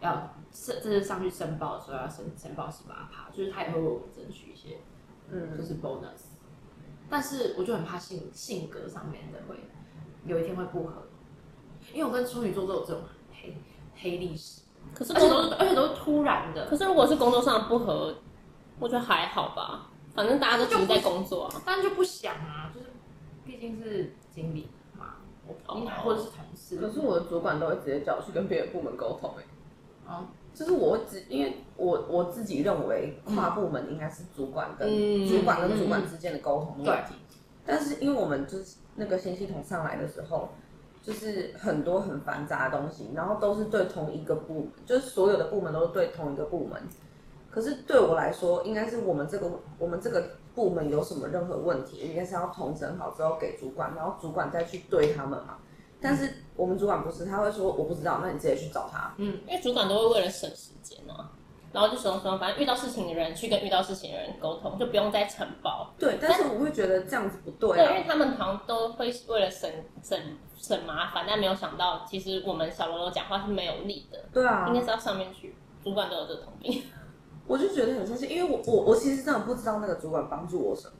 Speaker 1: 要这这是上去申报的时候要申申报十八趴，就是他也会为我们争取一些，嗯，就是 bonus。但是我就很怕性性格上面的会有一天会不合，因为我跟处女座都有这种黑黑历史，
Speaker 3: 可是
Speaker 1: 而
Speaker 3: 工
Speaker 1: 且
Speaker 3: 作
Speaker 1: 都是而且都是突然的。
Speaker 3: 可是如果是工作上的不合，我觉得还好吧，反正大家都只是在工作啊。
Speaker 1: 但就不想啊，就是毕竟是经理嘛，我
Speaker 3: 哦
Speaker 1: 或者是同事，
Speaker 2: 可是我的主管都会直接叫我去跟别的部门沟通、欸，
Speaker 1: 哦
Speaker 2: 就是我会只因为我我自己认为跨部门应该是主管跟、
Speaker 3: 嗯
Speaker 2: 主管跟主管之间的沟通问
Speaker 1: 对
Speaker 2: 题，但是因为我们就是那个新系统上来的时候，就是很多很繁杂的东西，然后都是对同一个部门，就是所有的部门都是对同一个部门。可是对我来说，应该是我们这个我们这个部门有什么任何问题，应该是要统整好之后给主管，然后主管再去对他们嘛。但是我们主管不是，他会说我不知道，那你直接去找他。
Speaker 3: 因为主管都会为了省时间啊，然后就什么什么，反正遇到事情的人去跟遇到事情的人沟通，就不用再承包。
Speaker 2: 对，但是我会觉得这样子不对
Speaker 3: 对，因为
Speaker 2: 啊。
Speaker 3: 他们好像都会为了省省省麻烦，但没有想到，其实我们小喽啰讲话是没有力的，
Speaker 2: 对啊
Speaker 3: 应，该是到上面去。主管都有这个通病，
Speaker 2: 我就觉得很生气，因为我我我其实真的不知道那个主管帮助我什么。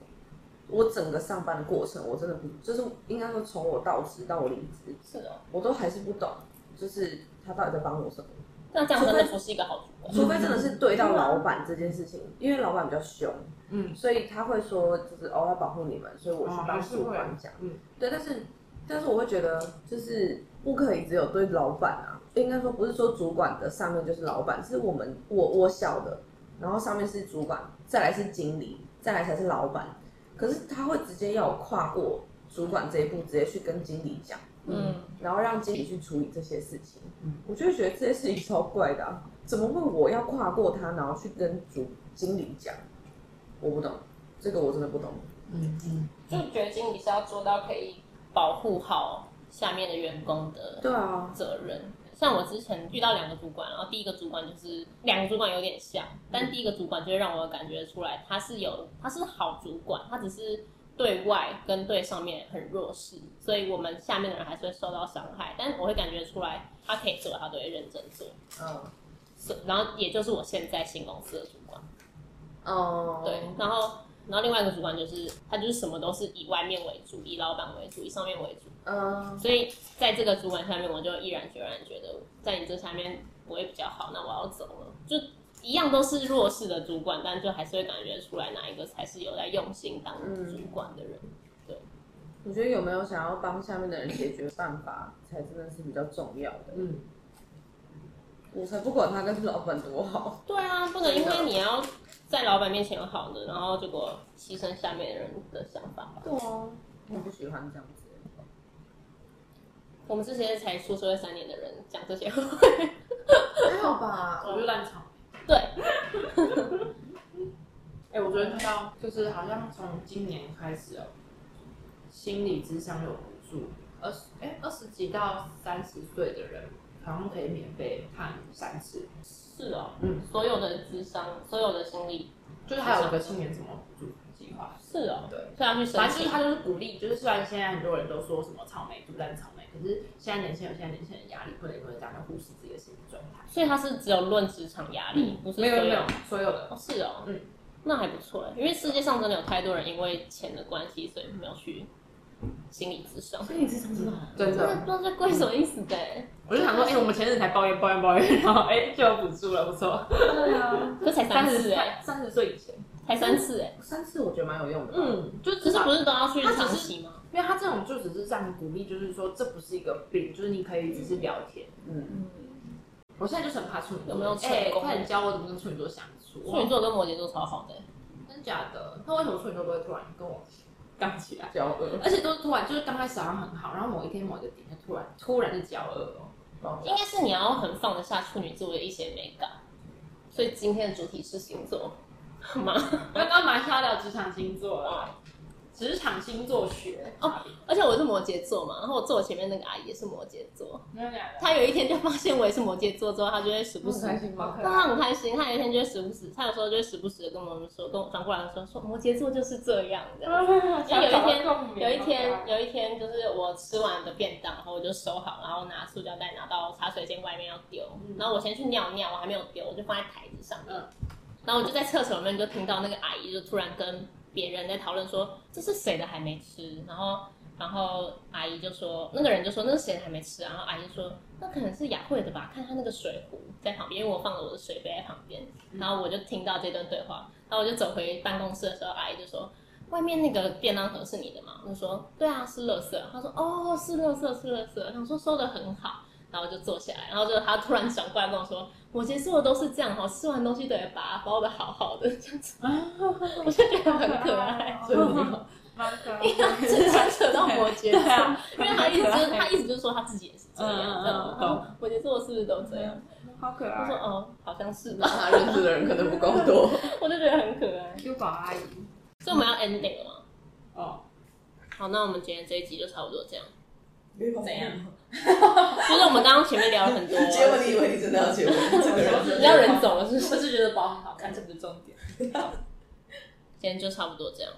Speaker 2: 我整个上班的过程，我真的不就是应该说从我到职到我离职，
Speaker 3: 是哦。
Speaker 2: 我都还是不懂，就是他到底在帮我什么。
Speaker 3: 那这样真的不是一个好主管。
Speaker 2: 除非真的是对到老板这件事情，因为老板比较凶，
Speaker 1: 嗯，
Speaker 2: 所以他会说就是哦要保护你们，所以我去
Speaker 1: 哦还
Speaker 2: 帮
Speaker 1: 是
Speaker 2: 主
Speaker 1: 会
Speaker 2: 管讲，
Speaker 1: 嗯，
Speaker 2: 对，但是但是我会觉得就是不可以只有对老板啊，应该说不是说主管的上面就是老板，是我们我我小的，然后上面是主管，再来是经理，再来才是老板。可是他会直接要我跨过主管这一步，直接去跟经理讲，
Speaker 3: 嗯，
Speaker 2: 然后让经理去处理这些事情。
Speaker 6: 嗯
Speaker 2: 我就会觉得这些事情超怪的啊、怎么会我要跨过他，然后去跟主经理讲？我不懂，这个我真的不懂。
Speaker 3: 就觉得经理是要做到可以保护好下面的员工的
Speaker 2: 对啊，
Speaker 3: 责任。像我之前遇到两个主管，然后第一个主管就是两个主管有点像，但第一个主管就会让我感觉出来他是有他是好主管，他只是对外跟对上面很弱势，所以我们下面的人还是会受到伤害。但我会感觉出来他可以做，他都会认真做。
Speaker 2: 嗯，
Speaker 3: 所然后也就是我现在新公司的主管，
Speaker 2: 哦、
Speaker 3: 对，然后然后另外一个主管就是他就是什么都是以外面为主，以老板为主，以上面为主。
Speaker 2: 嗯，
Speaker 3: 所以在这个主管下面，我就毅然决然觉得，在你这下面不会比较好，那我要走了。就一样都是弱势的主管，但就还是会感觉出来哪一个才是有在用心当主管的人。
Speaker 2: 我觉得有没有想要帮下面的人解决办法，才真的是比较重要的。
Speaker 7: 嗯，
Speaker 2: 我才不管他跟老板多好。
Speaker 3: 对啊，不能因为你要在老板面前有好的，然后结果牺牲下面的人的想法吧。
Speaker 2: 对啊，我不喜欢这样子。
Speaker 3: 我们这些才出社会三年的人讲这些，
Speaker 7: 还好吧。
Speaker 1: 我就烂场。
Speaker 3: 对，
Speaker 1: 哎、我昨天看到，就是好像从今年开始哦，心理智商有补助，二十哎二十几到三十岁的人，好像可以免费看三次，
Speaker 3: 是哦，
Speaker 1: 嗯，
Speaker 3: 所有的智商，所有的心理，
Speaker 1: 就是还有一个青年什么补助计划，
Speaker 3: 是哦，
Speaker 1: 对，
Speaker 3: 所以要去申
Speaker 1: 反正就是
Speaker 3: 请，
Speaker 1: 他就是鼓励，就是虽然现在很多人都说什么草莓不但草莓，可是现在年轻人有现在年轻人的压力，不能因为这样就忽视自己的心理状态。
Speaker 3: 所以他是只有论职场压力，不是
Speaker 1: 嗯没有
Speaker 3: 所
Speaker 1: 没
Speaker 3: 有
Speaker 1: 有，所有的
Speaker 3: 哦，是哦，
Speaker 1: 嗯，
Speaker 3: 那还不错哎，因为世界上真的有太多人因为钱的关系，所以没有去心理咨商，
Speaker 7: 所以你智商真的好，
Speaker 1: 真
Speaker 3: 那
Speaker 1: 的，
Speaker 3: 不知道在贵什么意思的 欸，
Speaker 1: 我就想说，哎、我们前阵子才抱怨抱怨抱怨，然后哎、就有补助了，不错，
Speaker 7: 对啊，
Speaker 3: 可才三次哎，
Speaker 1: 三十岁以前，
Speaker 3: 才三次哎，
Speaker 2: 三次我觉得蛮有用的。
Speaker 1: 嗯，就
Speaker 3: 可
Speaker 1: 只
Speaker 3: 是
Speaker 1: 是
Speaker 3: 不是都要去
Speaker 1: 他只
Speaker 3: 长
Speaker 1: 是
Speaker 3: 期吗？
Speaker 1: 因为他这种就只是让你鼓励，就是说这不是一个病，就是你可以只是聊天。
Speaker 2: 嗯，
Speaker 1: 我现在就是很怕处女座，
Speaker 3: 有没有成
Speaker 1: 哎、
Speaker 3: 功
Speaker 1: 快点教我怎么跟处女座相处。
Speaker 3: 处女座跟摩羯座超好的欸，
Speaker 1: 真假的？那为什么处女座都会突然跟我杠起来？
Speaker 2: 骄傲。
Speaker 1: 而且都突然就是刚开始好像很好，然后某一天某一个点就突然突然就骄傲哦。
Speaker 3: 应该是你要很放得下处女座的一些美感，所以今天的主题是星座 吗？
Speaker 1: 刚刚马上要聊职场星座啦，职场星座学
Speaker 3: 哦，而且我是摩羯座嘛，然后我坐我前面那个阿姨也是摩羯座，
Speaker 1: 没有两
Speaker 3: 她有一天就发现我也是摩羯座之后，她就会时不时
Speaker 2: 心
Speaker 1: 吗
Speaker 3: 那他很开心，他有一天就会时不时，他有时候就会时不时的跟我们说，跟我转过来说，说摩羯座就是这样的。
Speaker 1: 个，
Speaker 3: 就有一天，有
Speaker 1: 有
Speaker 3: 一天，有一天，就是我吃完的便当，然后我就收好，然后拿塑胶袋拿到茶水间外面要丢，然后我先去尿尿，我还没有丢，我就放在台子上面。然后我就在厕所里面就听到那个阿姨就突然跟别人在讨论说，这是谁的还没吃？然后然后阿姨就说，那个人就说那是谁还没吃啊？然后阿姨说，那可能是雅慧的吧，看她那个水壶在旁边，因为我放了我的水杯在旁边。然后我就听到这段对话，然后我就走回办公室的时候，阿姨就说，外面那个便当盒是你的吗？我就说，对啊，是垃圾。她说，哦，是垃圾，是垃圾。然后我说收的很好。然后我就坐下来，然后就她突然转过来跟我说：“摩羯座都是这样哦，吃完东西都得把它包的好好的这样子。”
Speaker 1: 啊
Speaker 3: 我就觉得很可爱，
Speaker 1: 真的，蛮 可爱的。
Speaker 3: 这牵扯到摩羯座
Speaker 1: 啊对啊，
Speaker 3: 因为他一直就是他一直就是说他自己也是这
Speaker 1: 嗯嗯
Speaker 3: 样，这样
Speaker 1: 嗯
Speaker 3: 然后摩羯座是不是都这样？
Speaker 1: 好可
Speaker 3: 他说
Speaker 1: 爱，
Speaker 3: 哦，好像是吧，
Speaker 2: 他认识的人可能不够多。
Speaker 3: 我就觉得很可爱。
Speaker 1: Q 宝阿姨
Speaker 3: 所以我们要 ending 了吗？
Speaker 1: 哦，
Speaker 3: 好，那我们今天这一集就差不多这样。
Speaker 7: 怎样？
Speaker 3: 就是我们刚刚前面聊了很多，
Speaker 6: 结果你以为你真的要结婚？这个人
Speaker 3: 你要人走了是不是？
Speaker 7: 我是觉得包很好看，这不是重点。
Speaker 3: 今天就差不多这样。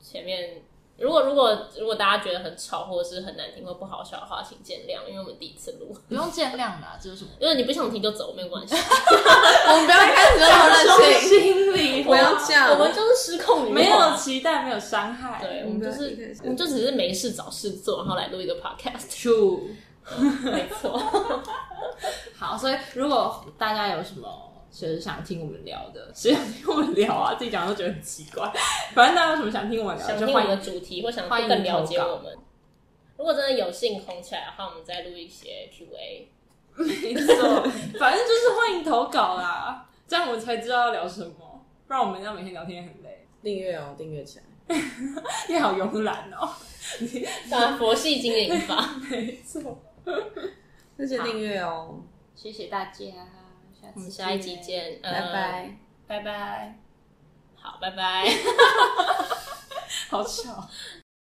Speaker 3: 前面如果如果如果大家觉得很吵或者是很难听或不好笑的话，请见谅，因为我们第一次录。
Speaker 8: 不用见谅啦，这是什 么？
Speaker 3: 如果你不想听就走，没有关系。
Speaker 6: 我们不要开始讨论性，
Speaker 7: 心里
Speaker 6: 不要这样
Speaker 3: 我们就是失控女王，
Speaker 7: 没有期待，没有伤害。
Speaker 3: 对，
Speaker 1: 嗯
Speaker 3: 我们就
Speaker 6: 一开
Speaker 3: 是
Speaker 6: 始，
Speaker 3: 我们就只是没事找事做，然后来录一个 podcast，
Speaker 7: ，true。
Speaker 3: 没错。
Speaker 7: 好，所以如果大家有什么就是想听我们聊的，谁想听我们聊啊？自己讲都觉得很奇怪。反正大家有什么想听我们聊，
Speaker 3: 想
Speaker 7: 就
Speaker 3: 听我
Speaker 7: 欢
Speaker 3: 们的
Speaker 7: 迎。
Speaker 3: 主题，或想
Speaker 7: 欢迎
Speaker 3: 更了解
Speaker 7: 投稿
Speaker 3: 我们。如果真的有幸红起来的话，我们再录一些 Q&A。
Speaker 1: 没错，反正就是欢迎投稿啦，这样我们才知道要聊什么，不然我们这样每天聊天也很累，
Speaker 2: 订阅哦，订阅起来。
Speaker 1: 也好慵懒哦。
Speaker 3: 当然佛系经营法，
Speaker 1: 没错，
Speaker 2: 那就订阅哦，
Speaker 9: 谢谢大家，下
Speaker 3: 我
Speaker 9: 次
Speaker 3: 们下一集，见，呃
Speaker 2: 拜，
Speaker 9: 拜
Speaker 2: 拜。
Speaker 9: 拜。
Speaker 3: 好，拜拜。
Speaker 1: 好巧。